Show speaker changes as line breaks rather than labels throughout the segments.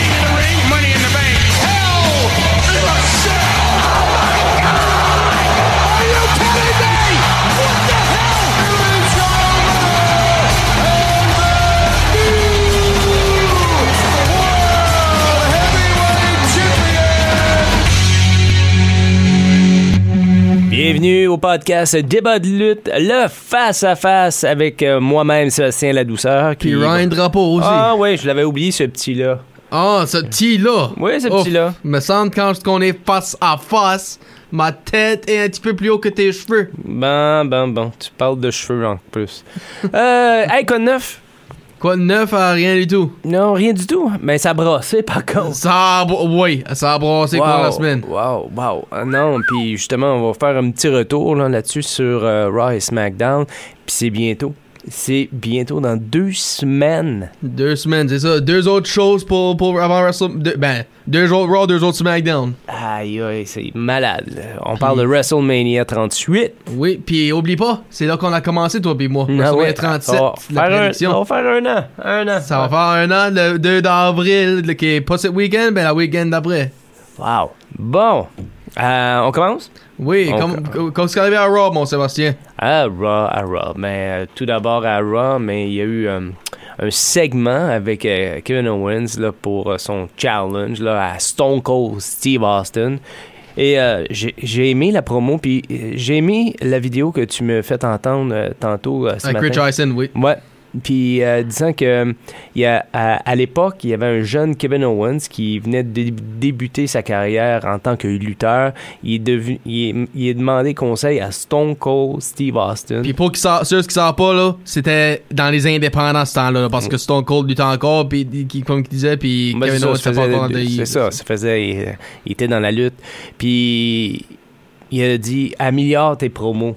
King of the ring, money in the bank.
Hell in a cell. Are you kidding me? What the hell?
Bienvenue au podcast Débat de lutte, le face-à-face avec euh, moi-même, Sébastien La Douceur.
Qui... Puis Ryan Drapeau aussi.
Ah oui, je l'avais oublié ce petit-là.
Ah, ce petit-là.
Oui, ce petit-là.
Me semble quand qu'on est face à face, ma tête est un petit peu plus haut que tes cheveux.
Bon, bon, bon. Ben, Tu parles de cheveux en plus. euh, hey, quoi de neuf?
Quoi de neuf? Ah, rien du tout.
Non, rien du tout. Mais ça a brassé par contre.
Ça a, oui, ça a brassé
wow,
pendant la semaine.
Wow, wow. Ah, non, puis justement, on va faire un petit retour là, là-dessus sur euh, Raw et SmackDown. Puis c'est bientôt c'est bientôt dans deux semaines.
Deux semaines, c'est ça. Deux autres choses pour, pour avant WrestleMania. Deux, ben, deux autres Raw, deux autres SmackDown.
Aïe, aïe, c'est malade. On pis... parle de WrestleMania 38.
Oui, puis oublie pas, c'est là qu'on a commencé, toi puis moi.
Non,
WrestleMania
Ah ouais,
37,
ça va,
la
un, ça va faire un an. Un an.
Ça va faire un an le 2 d'avril, le, qui est pas ce week-end, ben la week-end d'après.
Wow. Bon. Euh, on commence?
Oui,
euh,
comme, comme ce qui est arrivé à Raw, mon Sébastien.
À Raw, à Raw. Mais euh, tout d'abord à Raw, mais il y a eu euh, un segment avec euh, Kevin Owens là, pour euh, son challenge là, à Stone Cold Steve Austin. Et euh, j'ai, j'ai aimé la promo, puis euh, j'ai aimé la vidéo que tu me fais entendre euh, tantôt ce
à
matin.
Chris Tyson, oui.
Ouais. Puis euh, disant que y a, à, à, l'époque, il y avait un jeune Kevin Owens qui venait de dé- débuter sa carrière en tant que lutteur. Il est, devenu, il, est, il est demandé conseil à Stone Cold Steve Austin.
Puis pour qui sort, ceux qui savent pas, là, c'était dans les indépendants ce temps-là, là, parce
Mm.
que Stone Cold luttait encore, puis qui, comme qu'il disait, puis
Ben,
Kevin Owens
ça,
était
ça
pas
faisait-
encore dans le-
C'est ça, ça faisait. Il, il était dans la lutte. Puis il a dit améliore tes promos.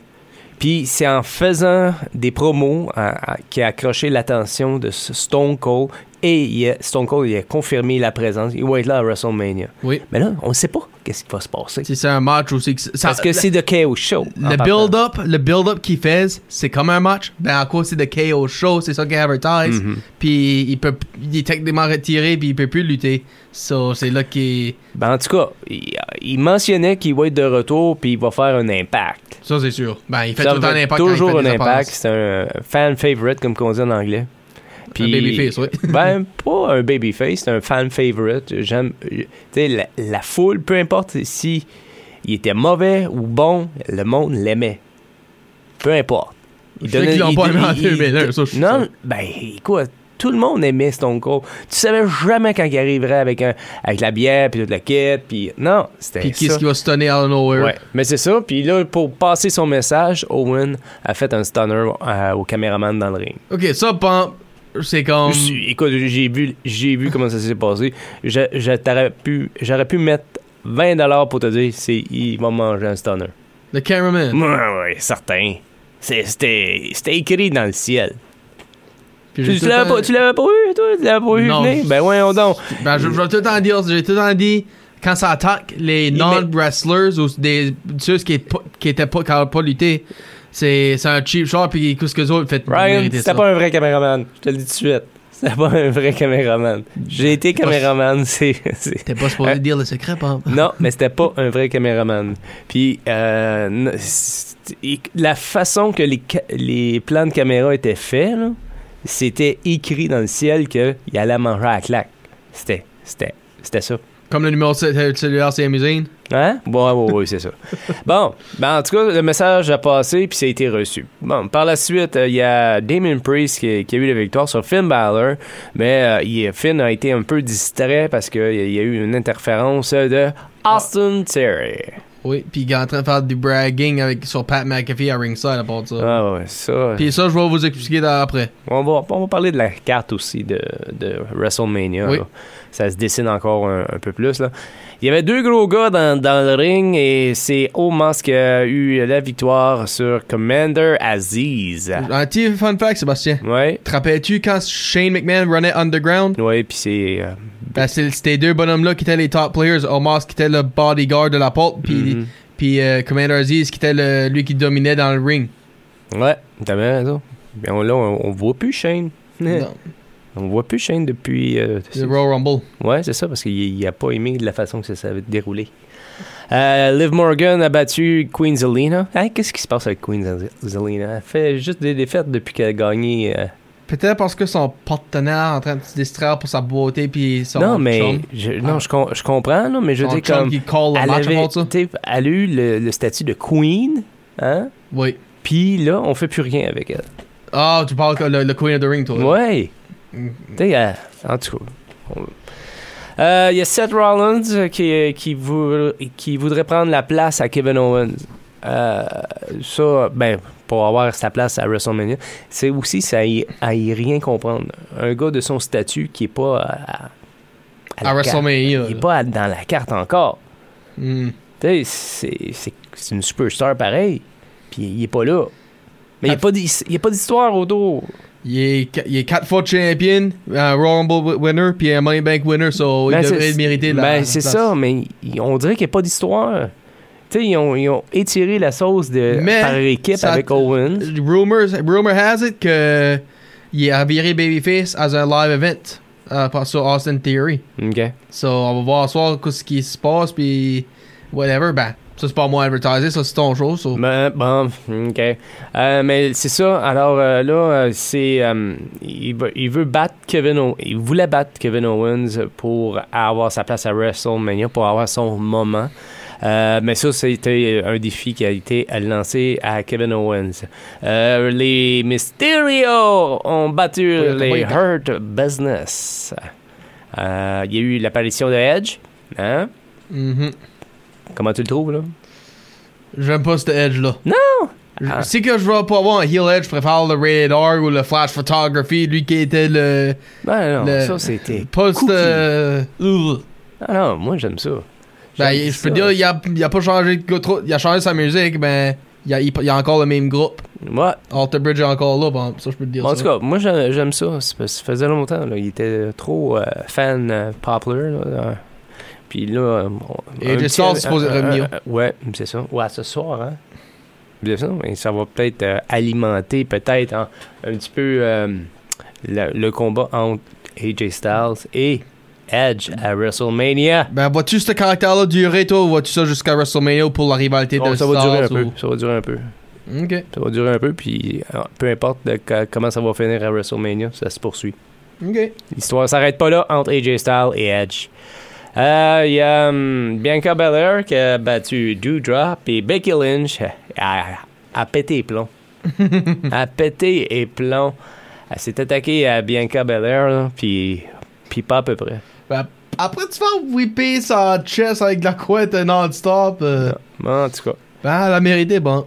Puis c'est en faisant des promos hein, hein, qui a accroché l'attention de ce Stone Cold. Et il a- Stone Cold il a confirmé la présence. Il va être là à WrestleMania.
Oui.
Mais là, on ne sait pas qu'est-ce qui va se passer.
Si c'est un match aussi. que ça-
Parce que Ah,
la-
c'est de KO Show. en
Le
partant.
build-up, le build-up qu'ils font, c'est comme un match. Ben, à quoi c'est de KO show, c'est ça qu'ils advertise.
Mm-hmm. Mhm.
Puis il peut, il est techniquement retiré, puis il peut plus lutter. So, c'est là qu'il.
Ben, en tout cas, il, il mentionnait qu'il va être de retour puis il va faire un impact.
Ça, c'est sûr. Ben, il fait
Ça
tout le temps un
fait
impact.
Toujours
quand il
un
fait des
impact.
apparences.
C'est un fan favorite, comme on dit en anglais. Puis-
babyface, oui.
ben, pas un babyface, c'est un fan favorite. J'aime. Tu sais, la, la foule, peu importe si il était mauvais ou bon, le monde l'aimait. Peu importe. Il
Je sais qu'ils l'ont pas aimé en 2001, ça, je suis
Non,
sûr.
ben, écoute. Tout le monde aimait Stone Cold. Tu savais jamais quand il arriverait avec, un, avec la bière, puis toute la quête, puis... Non, c'était
Puis qu'est-ce
ça.
qui va se donner out of nowhere?
Ouais, mais c'est ça. Puis là, pour passer son message, Owen a fait un stunner euh, au caméraman dans le ring.
Ok, ça, pump, c'est comme.
Je- Écoute, j'ai vu, j'ai vu comment ça s'est passé. Je- je t'aurais pu, j'aurais pu mettre 20$ pour te dire c'est il va manger un stunner.
Le cameraman.
Ouais, ouais, certain. C'est- C'était c'était écrit dans le ciel.
Puis j'ai
Tu, tu
tout le
l'avais
temps-
pas, tu l'avais pas eu, toi? Tu l'avais pas eu
Non.
venir? Ben ouais, on donc.
Ben, je, je vais tout le temps dire, j'ai tout le temps dit, quand ça attaque les
Il
non-wrestlers ou des, ceux qui, est pas- qui étaient pas, qui n'avaient pas lutté, c'est, c'est un cheap shot, puis qu'est-ce que les autres fait
Ryan,
mériter ça.
c'était pas un vrai caméraman. Je te le dis tout de suite. C'était pas un vrai caméraman. J'ai été
pas-
caméraman, c'est... c'est-
T'es pas supposé dire le secret, pas.
Non, mais c'était pas un vrai caméraman. Puis euh, n- c'est- et la façon que les, ca- les plans de caméra étaient faits, là, c'était écrit dans le ciel qu'il allait manger à la claque. C'était, c'était, c'était ça.
Comme le numéro cell- euh, cellulaire, c'est amusant.
Hein? Bon, ouais, ouais, ouais, c'est ça. Bon, ben, en tout cas, le message a passé puis ça a été reçu. Bon, par la suite, euh, il y a Damon Priest qui, qui a eu la victoire sur Finn Balor, mais euh, il- Finn a Ah. été un peu distrait parce qu'il y a eu une interférence de Austin Theory.
Oui, puis il est en train de faire du bragging avec, sur Pat McAfee à ringside à part de ça.
Ah ouais, ça.
Puis ça, je vais vous expliquer dans- après.
On va, on va parler de la carte aussi de, de WrestleMania.
Oui.
là. Ça se dessine encore un, un peu plus. Là. Il y avait deux gros gars dans, dans le ring et c'est Omos qui a eu la victoire sur Commander Aziz.
Un petit fun fact, Sébastien.
Ouais.
Te rappelles-tu quand Shane McMahon runnait Underground?
Ouais, puis c'est. euh,
Ben, c'est- c'était deux bonhommes-là qui étaient les top players. Omos qui était le bodyguard de la porte, puis
Mhm.
puis, euh, Commander Aziz qui était le- lui qui dominait dans le ring.
Ouais, t'as bien raison. Mais on, là, on, on voit plus Shane.
Non,
On voit plus Shane depuis. euh,
le Royal Rumble.
Ouais, c'est ça, parce qu'il n'a pas aimé la façon que ça s'est déroulé. Euh, Liv Morgan a battu Queen Zelina. Hey, Qu'est-ce qui se passe avec Queen Zel- Zelina? Elle fait juste des défaites depuis qu'elle a gagné. euh.
Peut-être parce que son partenaire est en train de se distraire pour sa beauté puis son
Non, mais
chum.
je, non, je, com- je comprends, là, mais je
Son
dis
chum
comme.
qui call le
Elle,
match
avait,
avant ça.
t'sais, elle a eu le, le statut de Queen, hein?
Oui.
Puis là, on fait plus rien avec elle.
Ah, tu parles que le, le Queen of the Ring, toi. là.
Ouais!
Mm.
T'sais, elle- en tout cas. on- Euh, Il y a Seth Rollins euh, qui, qui, vou- qui voudrait prendre la place à Kevin Owens. Euh, ça, ben, pour avoir sa place à WrestleMania, c'est aussi ça y, à y rien comprendre. Un gars de son statut qui est pas à, à- à la
À
carte.
WrestleMania.
Il est
là.
pas à- dans la carte encore.
Mm.
T'sais, C'est c'est- c'est une superstar pareil. Puis il est pas là. Mais il
Ah,
n'y a pas d'his- il y a pas d'histoire autour.
Il est, qu- il est quatre fois champion, un Royal Rumble wi- winner, puis un Money Bank winner, so
Ben,
il devrait
c'est-
le mériter. la-
Ben,
la
c'est
place.
ça, mais il- on dirait qu'il n'y a pas d'histoire. Tu sais, ils ont, ils ont étiré la sauce de,
Mais
par équipe
ça-
avec Owens.
Rumors, rumor has it que il a viré Babyface as un live event euh, par- sur Austin Theory.
OK.
So on va voir ce soir ce qui se passe, puis whatever. Ben, ça c'est pas moi advertisé, ça c'est ton show. so-
Ben, bon, OK. Euh, mais c'est ça. Alors euh, là, euh, c'est. euh, il, veut, il veut battre Kevin Ow- Il voulait battre Kevin Owens pour avoir sa place à WrestleMania, pour avoir son moment. Euh, mais ça, c'était un défi qui a été lancé à Kevin Owens. Euh, les Mysterio ont battu
Oui,
les
oui.
Hurt Business. Euh, Il y a eu l'apparition de Edge. Hein?
Mhm.
Comment tu le trouves, là?
J'aime pas ce edge là.
Non!
Je-
Ah.
Si que je veux pas avoir un heel edge, je préfère le radar ou le flash photography, lui qui était le.
Ben non,
Le-
ça, c'était.
Post.
Cookie.
euh, ugh.
Ah non, moi, j'aime ça.
Ben,
J'aime
je
ça.
peux dire, il a, il a pas changé de go- trop. Il a changé sa musique, mais il a, il, il a encore le même groupe.
Ouais.
Alter Bridge est encore là, bon, ça je peux te dire.
En
ça.
tout cas, moi j'a- j'aime ça. C'est parce que Ça faisait longtemps. Là. Il était trop euh, fan euh, Poplar. Là, là. Puis là. euh, on-
Et
un
les
petit-
stars supposés
un- un-
revenir.
un- Ouais, c'est ça. Ouais, ce soir, hein. C'est ça. Et ça va peut-être euh, alimenter, peut-être, hein, un petit peu euh, le, le combat entre AJ Styles et Edge à WrestleMania.
Ben, vois-tu ce caractère-là durer, toi, ou vois-tu ça jusqu'à WrestleMania pour la rivalité
Oh,
de
ça va
stars,
durer un peu.
ou-
Ça va durer un peu.
Ok,
Ça va durer un peu. Puis euh, peu importe de ca- comment ça va finir à WrestleMania, ça se poursuit.
ok.
L'histoire s'arrête pas là entre AJ Styles et Edge. Euh, Il y a hum, Bianca Belair qui a battu Doudrop et Becky Lynch euh, a, a pété les plombs. a pété les plombs. Elle s'est attaquée à Bianca Belair, là, puis puis pas à peu près.
Ben, après, tu vas whipper sa chest avec de la couette non-stop. euh,
En tout cas.
Ben, elle a mérité, bon.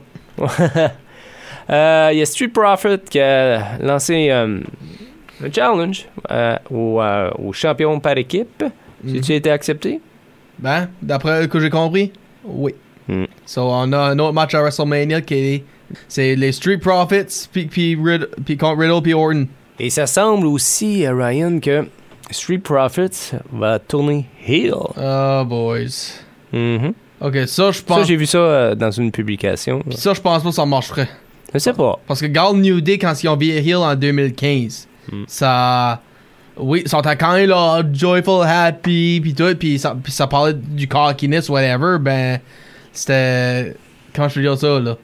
Euh, Il y a Street Profit qui a lancé euh, un challenge euh, au, euh, au champion par équipe. Si tu as été accepté?
Mm. Ben, d'après ce que j'ai compris, oui.
Mm.
So, on a un autre match à WrestleMania qui est. C'est les Street Profits, puis, puis, Rid- puis contre Riddle, puis Orton.
Et ça semble aussi, euh, Ryan, que Street Profits va tourner heel.
Oh, boys.
Mhm.
Ok, ça, je
Ça,
pense.
j'ai vu ça euh, dans une publication.
Pis ça, je pense pas que ça marcherait.
Je sais pas.
Parce que Gal New Day, quand ils ont viré Hill en 2015,
Mm.
ça. Oui, ils sont quand même là, joyful, happy, pis tout, pis ça, pis ça parlait du cockiness, whatever, ben. C'était. Comment je peux dire ça, là?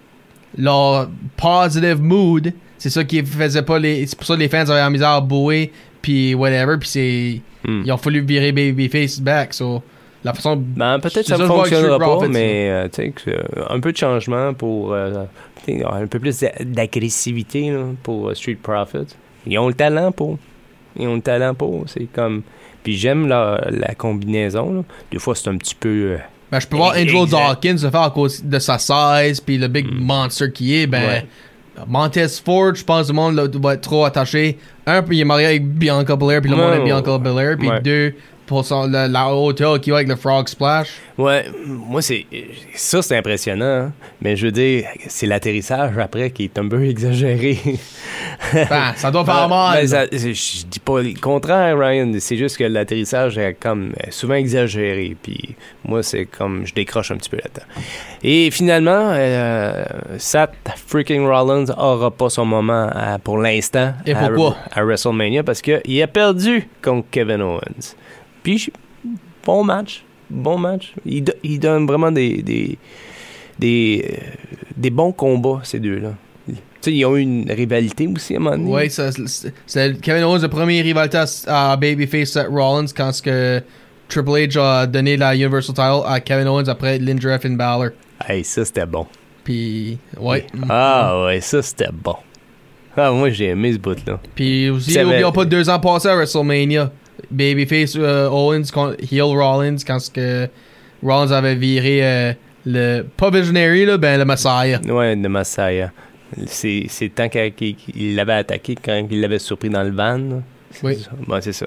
Leur positive mood, c'est ça qui faisait pas les. C'est pour ça que les fans avaient la misère à bouer, pis whatever, pis c'est.
Mm.
Ils ont fallu virer Babyface back, so. La façon.
Ben, peut-être
C'est
ça ne
ça, je vois avec
fonctionnera
Street
pas,
Profits,
mais euh, tu sais, que, euh, un peu de changement pour. euh, tu sais, un peu plus d'a- d'agressivité là, pour euh, Street Profits. Ils ont le talent pour. Ils ont le talent pour. C'est comme. Puis j'aime la, la combinaison. là. Des fois, c'est un petit peu euh,
Ben, je peux voir Angelo
Exact. Hmm.
Dawkins le faire à cause de sa size, puis le big monster qu'il est. Ben,
Ouais.
Montez Ford, je pense que le monde là, va être trop attaché. Un, puis il est marié avec Bianca Belair, puis le
Ouais,
monde aime
ouais,
Bianca
ouais.
Belair. Puis
Ouais.
deux, pour son, la, la hauteur qu'il a avec le Frog Splash.
Ouais, moi, c'est ça, c'est impressionnant. hein. Mais je veux dire, c'est l'atterrissage après qui est un peu exagéré.
Ben, ça doit faire
Ben,
mal.
ben,
là.
ça- je je dis pas le contraire, Ryan. C'est juste que l'atterrissage est comme euh, souvent exagéré. Puis moi, c'est comme je décroche un petit peu là-dedans. Et finalement, euh, Seth freaking Rollins aura pas son moment à- pour l'instant
Et
à-
pourquoi?
à, WrestleMania parce qu'il a perdu contre Kevin Owens. Puis je- bon match, bon match. Il, do- il donne vraiment des des des, euh, des bons combats ces deux-là. Tu sais, ils ont eu une rivalité aussi à un moment donné.
Ouais, ça- c'est- c'est Kevin Owens, le premier rivalité à, à Babyface Seth Rollins quand ce que Triple H a donné la Universal Title à Kevin Owens après Lindra Finn Balor.
Hey, ça c'était bon.
Puis, ouais.
Ah ouais, ça c'était bon. Ah, moi j'ai aimé ce bout-là.
Puis aussi,
Ça va-
n'oublions pas deux ans passés à WrestleMania. Babyface euh, Owens contre Heel Rollins quand ce que Rollins avait viré euh, le. Pas Visionary, là, ben le Messiah.
Ouais, de Masaya. C'est c'est tant qu'il qu'il l'avait attaqué quand il l'avait surpris dans le van. là. C'est
Oui.
ça. Bon, c'est ça.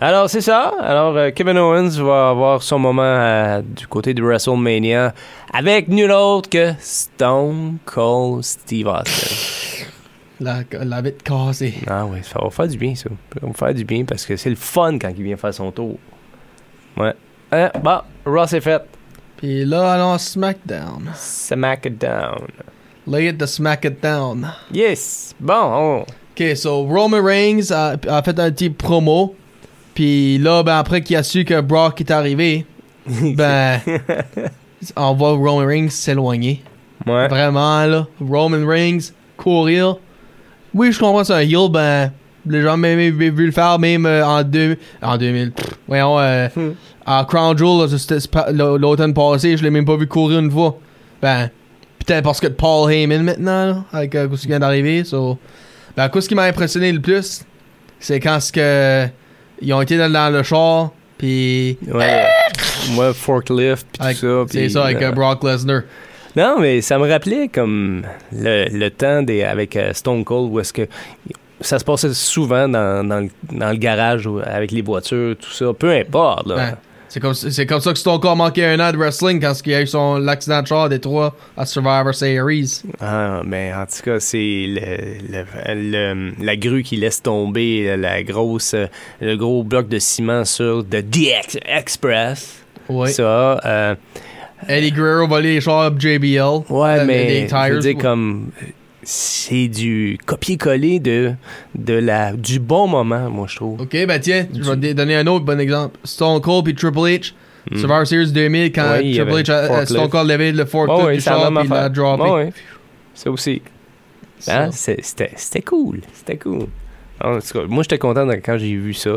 Alors, c'est ça. Alors, euh, Kevin Owens va avoir son moment euh, du côté de WrestleMania avec nul autre que Stone Cold Steve Austin.
La, la vite cassée.
ah oui, ça va faire du bien, ça. Ça va faire du bien parce que c'est le fun quand il vient faire son tour. Ouais. Hein, bon, Raw, c'est fait.
Puis là, allons SmackDown.
Smackdown.
Lay it the SmackDown.
Yes. Bon, on-
Ok, so Roman Reigns a, a fait un petit promo. Puis là, ben après qu'il a su que Brock est arrivé, ben. on voit Roman Reigns s'éloigner.
Ouais.
Vraiment, là. Roman Reigns, courir. Oui, je comprends, c'est un heel, ben. Les gens même même vu le faire, même euh, en, deux, en 2000. pff, voyons, euh,
Hmm.
à Crown Jewel, là, c'était- c'est pas- l'au- l'automne passé, je l'ai même pas vu courir une fois. Ben, peut-être parce que Paul Heyman maintenant, là, avec euh, ce qui vient d'arriver. So. Ben, quoi, ce qui m'a impressionné le plus, c'est quand ce que. Ils ont été dans, dans le char, puis.
Ouais, ouais forklift, pis
avec-
tout ça.
C'est
pis-
ça, avec euh, Brock Lesnar.
Non, mais ça me rappelait comme le, le temps des, avec euh, Stone Cold où est-ce que ça se passait souvent dans, dans, le, dans le garage ou avec les voitures, tout ça. Peu importe, là.
Ouais. C'est comme, c'est comme ça que Stone Cold a manqué un an de wrestling quand il y a eu son l'accident de char des trois à Survivor Series.
Ah, mais en tout cas, c'est le- le- le- la grue qui laisse tomber euh, la grosse, le gros bloc de ciment sur The DX Express.
Ouais.
Ça, euh,
Eddie Guerrero volé les chars de JBL.
Ouais,
Euh,
mais
des tires.
je veux dire, comme euh, c'est du copier-coller de, de la du bon moment, moi je trouve.
Ok, ben tiens, je
Mm-hmm.
vais te donner un autre bon exemple. Stone Cold puis Triple H. Survivor Series 2000 quand
Mm. Ouais, il y
Triple
avait
H a,
le
a-
forklift.
Stone Cold levé le forklift
ouais,
du
c'est la
char
même
puis il l'a
affaire.
droppé.
Ouais, ouais. Ça aussi. Hein,
Ça.
c'est- C'était c'était cool. C'était cool. En tout cas, moi j'étais content quand j'ai vu ça.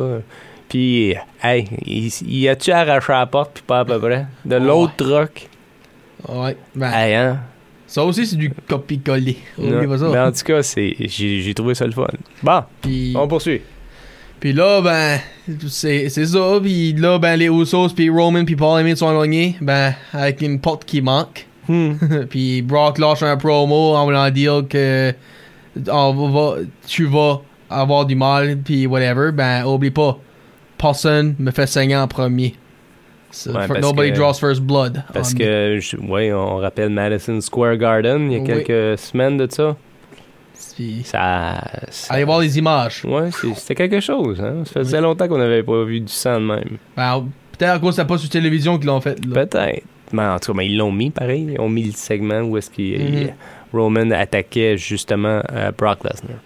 Puis, hey, il, il a-tu arraché la porte, puis pas à peu près? De l'autre truck.
Oh, Ouais, ben,
Hey, hein?
ça aussi c'est du copier-coller. Oublie pas
Mais en
ça.
tout cas, c'est- j'ai j'ai trouvé ça le fun. Bon,
Puis-
on poursuit.
Puis là, ben, c'est c'est ça. Puis là, ben, les Usos, puis Roman, puis Paul Heyman sont éloignés, ben, avec une porte qui manque.
Hmm.
puis Brock lâche un promo en voulant dire que on va, tu vas avoir du mal, puis whatever. Ben, oublie pas, personne me fait saigner en premier. So,
Ouais,
for-
parce
nobody
que-
draws first blood.
Parce
on me.
que, je- ouais, on rappelle Madison Square Garden il y a
Oui.
quelques semaines de ça.
Puis,
Ça. ça-
allez voir les images.
Ouais, c'est- c'était quelque chose. Hein? Ça faisait longtemps qu'on n'avait pas vu du sang de même.
Ben, peut-être à cause que c'est pas sur télévision qu'ils l'ont fait. là.
Peut-être. Mais en tout cas, mais ils l'ont mis pareil. Ils ont mis le segment où est-ce que
Mhm.
Roman attaquait justement euh, Brock Lesnar.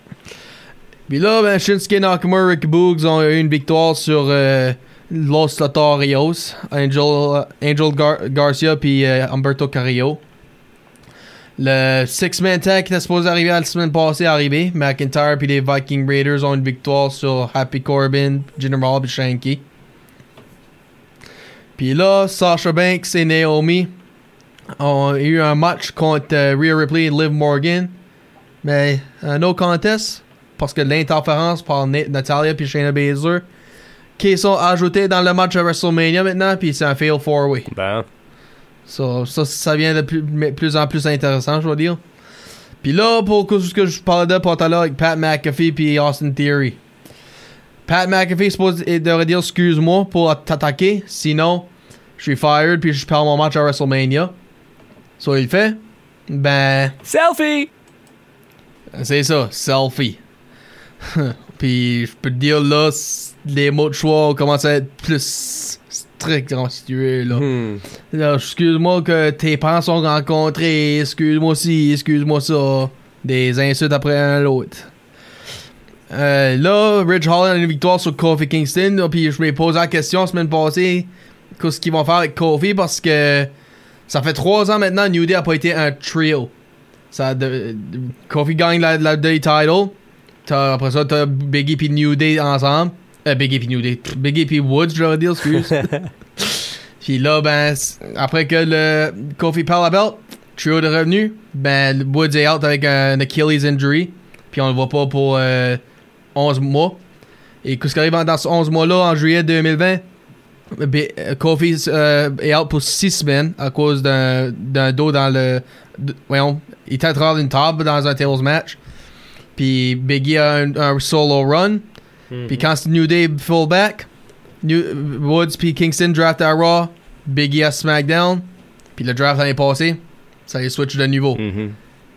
Puis là, ben, Shinsuke Nakamura et Rick Boogs ont eu une victoire sur euh, Los Lotorios, Angel, Angel Gar- Garcia puis euh, Humberto Carrillo. Le six-man tag qui était supposé arriver la semaine passée est arrivé. McIntyre puis les Viking Raiders ont une victoire sur Happy Corbin, General puis Shanky. Puis là, Sasha Banks et Naomi ont eu un match contre euh, Rhea Ripley et Liv Morgan. Mais un no contest parce que l'interférence par Na- Natalia puis Shayna Baszler qui sont ajoutées dans le match à WrestleMania maintenant puis c'est un fail four way.
Bon.
So, ça, ça vient de plus, mais plus en plus intéressant, je vais dire. Puis là, pour que- ce que je parlais de pour tout à l'heure avec Pat McAfee puis Austin Theory. Pat McAfee suppose, il devrait dire excuse-moi pour t'attaquer, sinon je suis fired puis je perds mon match à WrestleMania. So il fait. Ben,
Selfie!
c'est ça, selfie. puis je peux te dire là, c- les mots de choix commencent à être plus stricts si tu veux là.
Hmm.
Là, excuse-moi que tes parents sont rencontrés, excuse-moi ci, excuse-moi ça. Des insultes après un à l'autre. Euh, là, Rich Holland a une victoire sur Kofi Kingston, là, puis je me posé la question la semaine passée, qu'est-ce qu'ils vont faire avec Kofi, parce que ça fait trois ans maintenant, New Day a pas été un trio. Ça, a de- de- Kofi gagne la, la Day title, T'as- après ça, t'as Biggie puis New Day ensemble. Euh, Biggie puis New Day, pff, Biggie puis Woods, je dois dire, excuse. Puis là, ben, c- après que le Kofi perd la belt, trio de revenu, ben, le Woods est out avec un Achilles injury. Puis on le voit pas pour euh, 11 mois. Et qu'est-ce qui arrive dans ce 11 mois-là, en juillet 2020? ben, euh, Kofi euh, est out pour 6 semaines à cause d'un d'un dos dans le. de- voyons, il était à travers une table dans un tables match. Puis Biggie a un, un solo run.
Hmm. Mm-hmm.
Puis quand c'est New Day fullback, New, uh, Woods puis Kingston draft à Raw, Biggie à SmackDown, puis le draft l'année passée, ça les switch de niveau.
Mhm.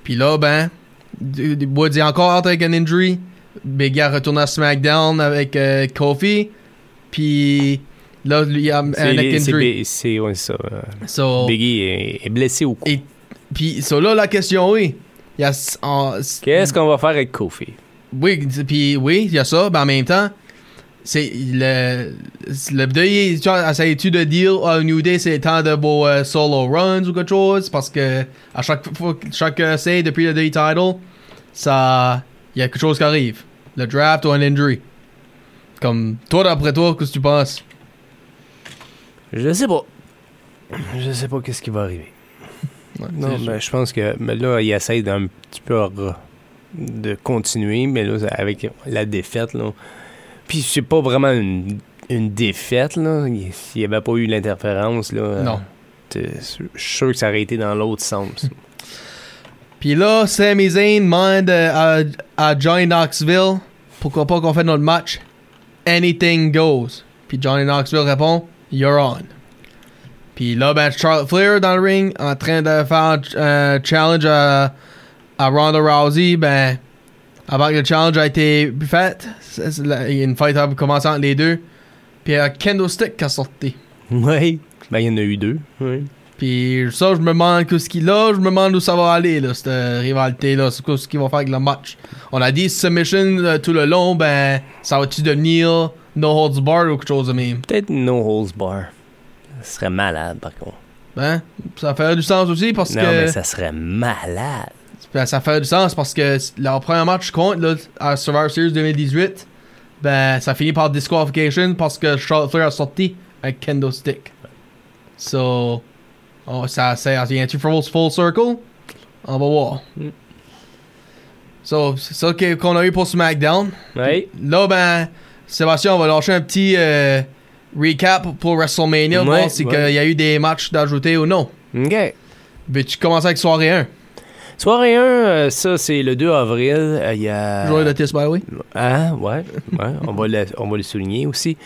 Puis là, ben, d- d- Woods est encore out avec un injury. Biggie a retourné à SmackDown avec euh, Kofi, puis là, lui, il y a un
C'est
neck
c'est
injury.
Bi- c'est- ouais, c'est ça. euh,
So,
Biggie est, est blessé au cou.
et, puis, so là, la question, oui. Il y a, s- en- s-
Qu'est-ce qu'on va faire avec Kofi?
Oui, d- puis oui, il y a ça, mais en même temps, c'est le le deuil, tu vois, essayes-tu de dire à New Day c'est le temps de vos euh, solo runs ou quelque chose parce que à chaque fois chaque essai depuis le day title, ça il y a quelque chose qui arrive, le draft ou un injury. Comme toi d'après toi, qu'est-ce que tu penses
Je sais pas. Je sais pas qu'est-ce qui va arriver.
Ouais,
Non,
c'est-
mais je pense que mais là, il essaie d'un petit peu re- de continuer, mais là, ça- avec la défaite, là. Puis c'est pas vraiment une, une défaite, là. Il- S'il n'y avait pas eu l'interférence, là.
Non.
euh, t'es- Je suis sûr que ça aurait été dans l'autre sens.
Puis là, Sami Zayn demande euh, à, à Johnny Knoxville pourquoi pas qu'on fait notre match Anything Goes. Puis Johnny Knoxville répond You're on. Puis là, ben, Charlotte Flair dans le ring en train de faire un challenge à, à Ronda Rousey. Ben, avant que le challenge a été fait, c'est- c'est la- il y a une fight a commencé entre les deux. Puis il y a un Kendo Stick qui a sorti.
oui. Ben, il y en a eu deux. Oui.
Puis ça, je me demande qu'est-ce qu'il a, je me demande où ça va aller, là, cette euh, rivalité-là, c'est quoi ce qu'ils vont faire avec le match. On a dit submission euh, tout le long, ben, ça va-tu devenir no holds barred ou quelque chose de même?
Peut-être No Holds Bar. Ça serait malade, par contre.
Hein? Ça fait du sens aussi parce
Non,
que.
mais ça serait malade.
Ben, ça fait du sens parce que c- leur premier match contre, là, à Survivor Series 2018, ben, ça finit par disqualification parce que Charlotte Flair a sorti un kendo stick. So, on- ça, ça vient-tu full, full circle? On va voir.
Mm.
So, c'est ça que- qu'on a eu pour SmackDown.
Oui.
Là, ben, Sébastien, on va lâcher un petit euh, recap pour WrestleMania,
Ouais,
voir si
ouais.
qu'il y a eu des matchs d'ajouter ou non.
OK.
Veux-tu commencer avec soirée 1?
Soirée 1, euh, ça, c'est le 2 avril. Euh, Il y a...
Journée de test, by the way.
Ah, ouais, ouais, on, va le, on va le souligner aussi.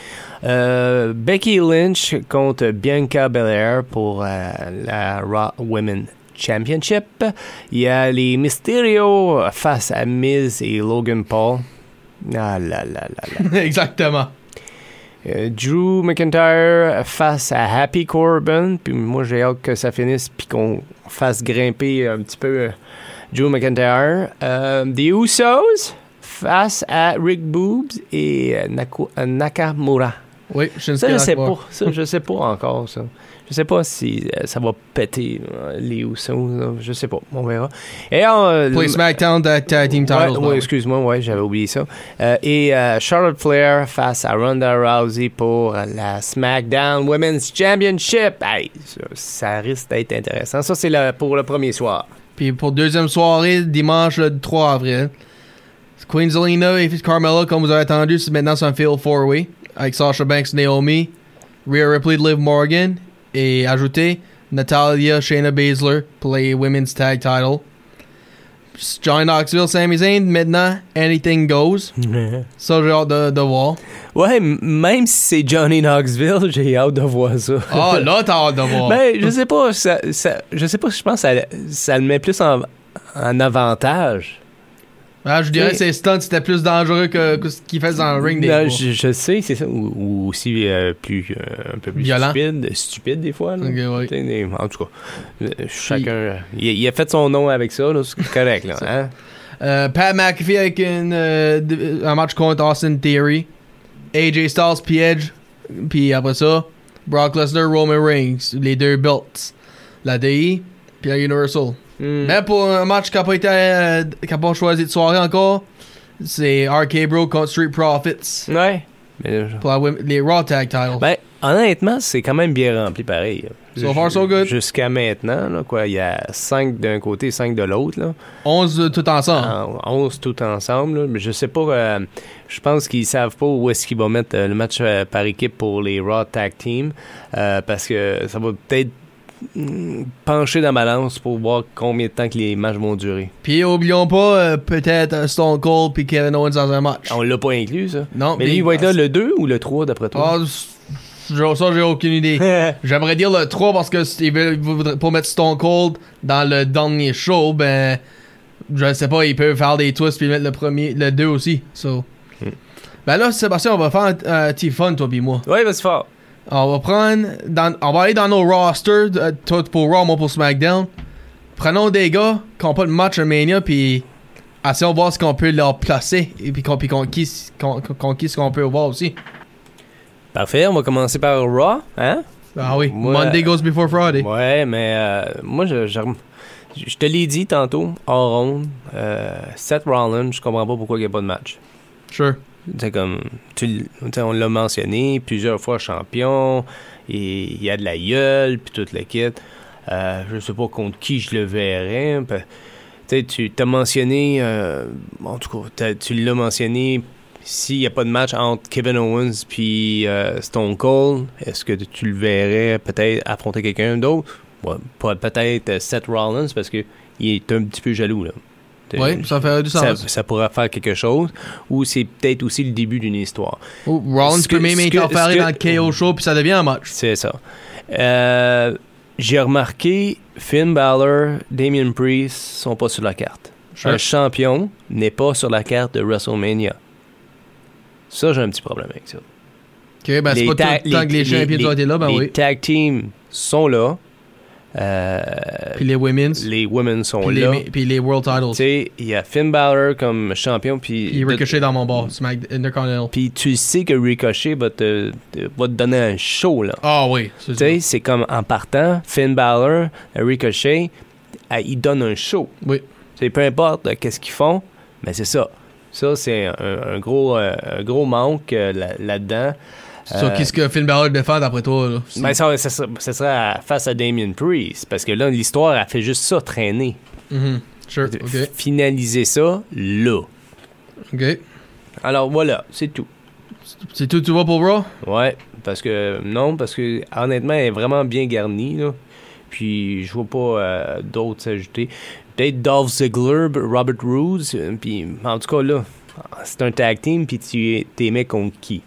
Euh, Becky Lynch contre Bianca Belair pour euh, la Raw Women Championship. Il y a les Mysterio face à Miz et Logan Paul. Ah là là là là.
Exactement.
Euh, Drew McIntyre face à Happy Corbin. Puis moi, j'ai hâte que ça finisse puis qu'on fasse grimper un petit peu euh, Drew McIntyre. Euh, The Usos face à Rick Boobs et euh, Naku- euh, Nakamura.
Oui, Shinsuke
Ça, je sais
Nakamura.
pas. Ça, je sais pas encore, ça. Je sais pas si euh, ça va péter euh, les Usos. là. Je sais pas. On verra. Et euh,
Pour les
le-
SmackDown de ta Team
Ouais,
Titles.
ouais, excuse-moi, ouais, j'avais oublié ça. Euh, et euh, Charlotte Flair face à Ronda Rousey pour la SmackDown Women's Championship. Hey, ça, ça risque d'être intéressant. Ça, c'est le- pour le premier soir.
Puis pour deuxième soirée, dimanche le 3 avril, Queen Zelina et Carmella, comme vous avez entendu, c'est maintenant sur un Fail 4-Way avec Sasha Banks, Naomi, Rhea Ripley, Liv Morgan et ajouté Natalia, Shayna Baszler pour les Women's Tag Title. John Knoxville, Sami Zayn, maintenant, anything goes. Ça, j'ai hâte de, de voir.
Ouais, m- même si c'est Johnny Knoxville, j'ai hâte de voir ça.
Ah, là, t'as hâte de voir.
Ben, je sais pas, ça, ça- je sais pas, je pense que ça, ça le met plus en, en avantage.
Ah, je dirais que
t'sais-
ses stunts, c'était plus dangereux que, que ce qu'il fait dans le ring des
Non,
fois.
je, je sais, c'est ça. Ou, ou aussi euh, plus, euh, un peu plus
Violent.
stupide, stupide des fois. là.
Ok, ouais.
T'sais, des- en tout cas, euh, chacun. Il... il a fait son nom avec ça, là, c'est correct. Là, hein?
Euh, Pat McAfee avec une, euh, d- un match contre Austin Theory. AJ Styles, puis Edge. Puis après ça, Brock Lesnar, Roman Reigns. Les deux belts. La DI, puis la Universal.
Hmm.
Mais pour un match qui n'a pas été euh, qui a pas choisi de soirée encore, c'est RK Bro contre Street Profits.
Ouais. Mais-
Pour la wom- les Raw Tag Titles.
Mm. ben, honnêtement, c'est quand même bien rempli pareil. là.
So far, so good.
Jusqu'à maintenant, là, quoi, il y a 5 d'un côté, 5 de l'autre. là.
11 euh, tout ensemble.
en 11 tout ensemble. là. Mais je sais pas. euh, je pense qu'ils savent pas où est-ce qu'ils vont mettre euh, le match euh, par équipe pour les Raw Tag Team. euh, parce que ça va peut-être mm, pencher dans la balance pour voir combien de temps que les matchs vont durer.
Puis oublions pas, euh, peut-être euh, Stone Cold puis Kevin Owens dans un match.
On l'a pas inclus, ça.
Non,
Ah Mais lui, il va être là le 2 ou le 3 d'après toi?
Ah, j'ai- ça, j'ai aucune idée. J'aimerais dire le 3 parce que s'ils veulent- ils voudraient pas mettre Stone Cold dans le dernier show, ben je sais pas, ils peuvent faire des twists puis mettre le premier, le 2 aussi. So. Ben là, Sébastien, on va faire un euh, petit fun, toi pis moi.
ouais, ben c'est fort.
On va prendre, dans- on va aller dans nos rosters, euh, toi pour Raw, moi pour SmackDown. Prenons des gars qui ont pas de match à Mania puis essayons de voir ce qu'on peut leur placer et puis qu'on puis qu'on- qui qu'on- qu'on- qui ce qu'on peut voir aussi.
Parfait, on va commencer par Raw. Hein?
Ah oui,
Moi,
Monday goes before Friday.
Ouais, mais euh, moi, je, je, je te l'ai dit tantôt, hors ronde, euh, Seth Rollins, je comprends pas pourquoi il n'y a pas de match.
Sure.
C'est comme tu l- tu sais, on l'a mentionné plusieurs fois champion et il y a de la gueule puis toute la kit. Euh, je sais pas contre qui je le verrais. pa- Tu sais, tu t'as mentionné euh, en tout cas t'as- tu l'as mentionné s'il n'y a pas de match entre Kevin Owens puis euh, Stone Cold, est-ce que tu le verrais peut-être affronter quelqu'un d'autre Ouais, pas- peut-être euh, Seth Rollins parce que il est un petit peu jaloux là. Tu sais,
Oui, ça fait du
ça,
sens.
ça pourrait faire quelque chose, ou c'est peut-être aussi le début d'une histoire.
Ou Oh, Rollins
ce que-
peut même
ce
être
que-
enferré
ce
dans le
que-
KO show puis ça devient un match.
C'est ça. Euh, J'ai remarqué Finn Balor, Damien Priest sont pas sur la carte.
Sure.
Un champion n'est pas sur la carte de WrestleMania. Ça, j'ai un petit problème avec ça.
Ok, ben c'est pas
ta-
tout le temps que les champions ont été là, ben
les
oui.
tag teams sont là. Euh,
Puis les women's,
les women sont
puis les,
là.
mi- puis les world
Tu
titles.
sais, il y a Finn Balor comme champion, puis
Puis
de-
Ricochet dans mon bar, Smack Intercontinental.
Puis tu sais que Ricochet va te, te- va te donner un show, là.
Ah oui,
Tu
c'est ça.
sais, c'est comme en partant, Finn Balor, Ricochet, euh, ils donnent un show.
Oui.
Tu sais, peu importe euh, qu'est-ce qu'ils font, mais c'est ça. Ça, c'est un, un gros, euh, un gros manque euh, là- là-dedans.
So,
Euh,
qu'est-ce que Finn Balor défend d'après toi là?
Ben, ça, ça, ça- ça sera face à Damien Priest, parce que là, l'histoire a fait juste ça, traîner.
Mhm. Sure, ok.
Finaliser ça, là.
Ok.
Alors voilà, c'est tout.
C'est tout, tu vois pour Raw?
Ouais, parce que non, parce que honnêtement, elle est vraiment bien garnie là. Puis je vois pas euh, d'autres s'ajouter. Peut-être Dolph Ziggler, Robert Roode, euh, puis en tout cas là, c'est un tag team puis tu es- t'aimais contre qui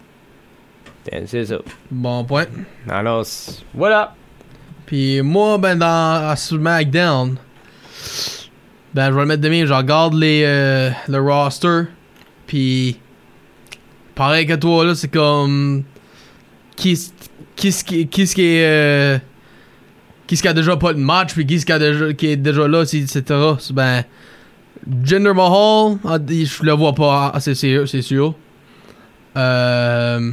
Ben, C'est ça.
Bon point.
Alors c'est- voilà.
Puis moi, ben, dans à SmackDown, ben, je vais le mettre demain. Je regarde les, euh, le roster. Puis, pareil que toi, là, c'est comme. Qui ce qui, ce qui, qui ce qui est. euh, qui ce qui a déjà pas de match, puis qui ce qui, a déjà, qui est déjà là, si- etc. C'est, Ben. Jinder Mahal, ah, il- je le vois pas, ah, c'est sûr. C'est sûr. Euh,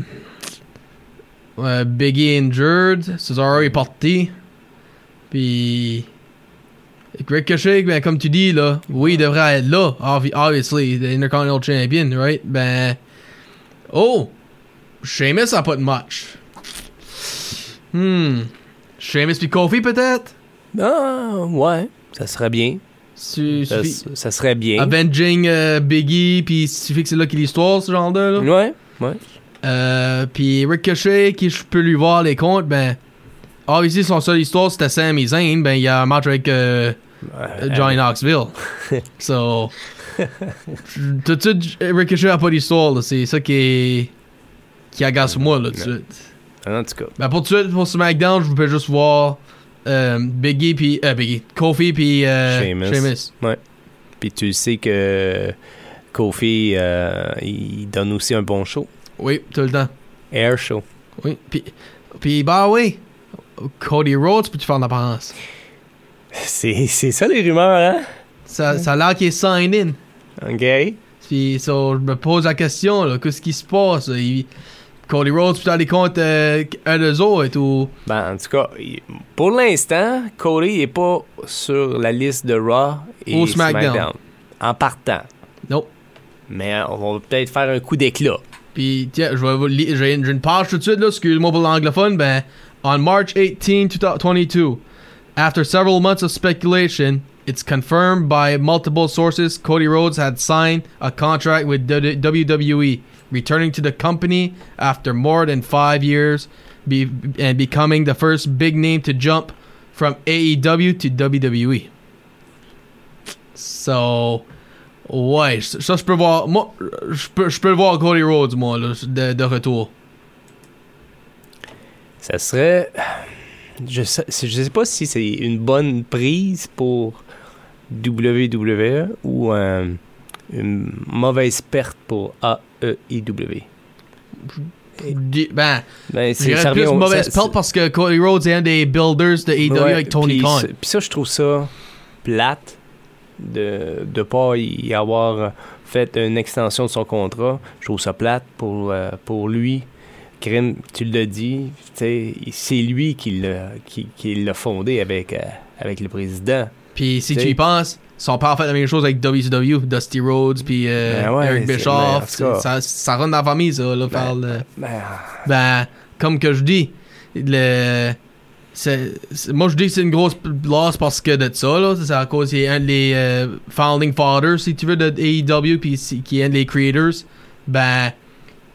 euh, Biggie injured, Cesaro est parti. Puis Ricochet, ben comme tu dis là, oui, il devrait être là, obvi- obviously, the Intercontinental Champion, right? Ben oh, Sheamus a pas de match. Hmm, Sheamus puis Kofi peut-être.
Ah ouais, ça serait bien.
Su-
Ça,
suffi-
ça serait bien.
Avenging euh, Biggie, puis suffit que c'est là qu'il est l'histoire, ce genre de là.
Ouais, ouais.
Euh, puis Ricochet, qui je peux lui voir les comptes, ben Ah, ici, son seule histoire, c'était Sam et Zayn. Ben, il y a un match avec euh, Johnny Knoxville. so, tout de suite, Ricochet a pas d'histoire. là. C'est ça qui est. qui agace moi, là, tout de suite.
En tout cas,
Ben, pour tout de suite, pour SmackDown, je voulais juste voir euh, Biggie puis. Euh, Biggie. Kofi puis. Euh,
Sheamus.
Sheamus.
puis tu sais que Kofi, euh, il donne aussi un bon show.
Oui, tout le temps.
Air show.
Oui. Puis, puis bah oui. Cody Rhodes, peux-tu faire une apparence?
C'est c'est ça les rumeurs, hein?
Ça, ça a l'air qu'il est signed in.
OK?
Puis so, je me pose la question, là, qu'est-ce qui se passe? là? Il- Cody Rhodes, putain, les comptes euh, un des autres, ou...
Ben, en tout cas, il- pour l'instant, Cody est pas sur la liste de Raw et
Ou SmackDown.
En partant.
Non.
Mais euh, on va peut-être faire un coup d'éclat.
Puis, tiens, je vais vous li- j'ai une, j'ai une page tout de suite, là, excuse-moi pour l'anglophone, ben... On March 18, 2022, after several months of speculation, it's confirmed by multiple sources Cody Rhodes had signed a contract with W- WWE, returning to the company after more than five years be- and becoming the first big name to jump from AEW to WWE. So, ouais, ça ça, je peux voir. Moi, je peux, je peux voir Cody Rhodes, moi, là, de, de retour.
Ça serait. Je sais, je sais pas si c'est une bonne prise pour WWE ou euh, une mauvaise perte pour E AEIW.
Di- Ben,
Ben,
je dirais plus
au-
mauvaise
ça-
perte parce que Cody Rhodes est un des builders de AEW
Ouais,
avec Tony
puis
Khan.
ça- Puis ça, je trouve ça plate de ne pas y avoir euh, fait une extension de son contrat. Je trouve ça plate pour, euh, pour lui. Krim, tu l'as dit, tu sais, c'est lui qui l'a qui, qui l'a fondé avec, euh, avec le président.
Puis si
T'sais.
tu y penses, ils sont pas en fait la même chose avec WCW, Dusty Rhodes, puis euh,
Ben ouais,
Eric
c'est-
Bischoff.
mais en tout cas-
Ça, ça rentre dans la famille, ça, là, faire le-
Ben,
Ben, comme que je dis, le. c'est- c'est- moi, je dis que c'est une grosse p- loss parce que de ça, là. C'est à cause qu'il est un des euh, founding fathers, si tu veux, de AEW, puis si- qui est un des creators. Ben,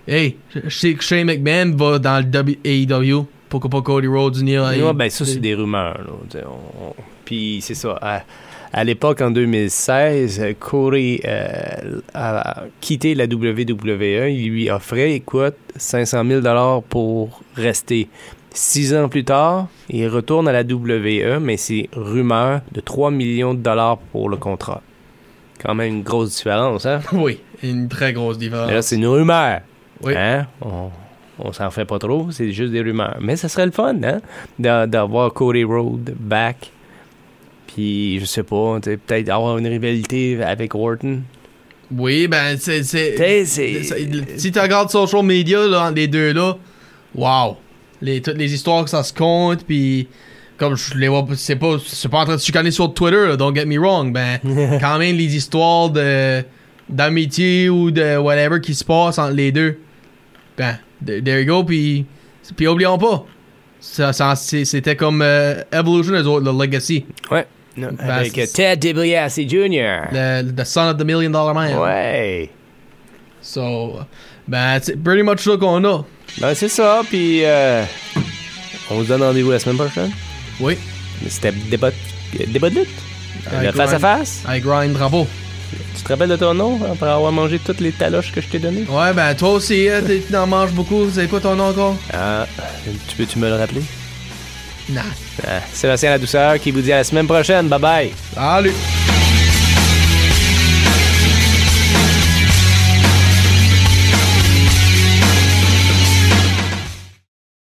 hey, je je sais que Shane McMahon va dans le w, AEW. Pourquoi pas Cody Rhodes ni à-
ouais, ben, ça, c'est des rumeurs. là. Tu sais, on- on- Puis c'est ça. À, à l'époque, en 2016, euh, Corey euh, a quitté la WWE. Il lui offrait, écoute, 500 000 pour rester. Six ans plus tard, il retourne à la WWE, mais c'est rumeur de 3 millions de dollars pour le contrat. Quand même une grosse différence, hein?
Oui, une très grosse
Mais là,
différence.
c'est une rumeur.
Ah. Oui.
Hein? On, on s'en fait pas trop, c'est juste des rumeurs. Mais ça serait le fun, hein? d'a- D'avoir Cody Road back. Puis, je sais pas, tu sais, peut-être avoir une rivalité avec Orton.
Oui, ben, c'est. c'est-
Tu sais, c'est-
Ça- Si tu regardes social media, là, entre les deux là, wow. Les, toutes les histoires que ça se compte, puis comme je les vois, c'est pas, c'est pas en train de chicaner sur Twitter, là, don't get me wrong, ben,
Hmm.
quand même les histoires de, d'amitié ou de whatever qui se passe entre les deux, ben, th- there you go, puis, puis oublions pas, ça, ça- c'est- c'était comme euh, Evolution, les autres, le Legacy,
Ouais. avec euh, Ted DiBiase Jr.
le, the Son of the Million Dollar Man.
Ouais.
So, ben, c'est pretty much ça qu'on a.
Ben, c'est ça, puis euh, on se donne rendez-vous la semaine prochaine.
Oui,
C'était débat, débat de lutte.
Ah, Avec
Le face à face.
I grind drapeau.
Tu te rappelles de ton nom hein, après avoir mangé toutes les taloches que je t'ai données?
Ouais, ben toi aussi, hein, t'es- t'en manges beaucoup. C'est quoi ton nom encore?
Ah, tu peux-tu me le rappeler?
Nah.
Ah, Sébastien La Douceur qui vous dit à la semaine prochaine. Bye bye!
Salut!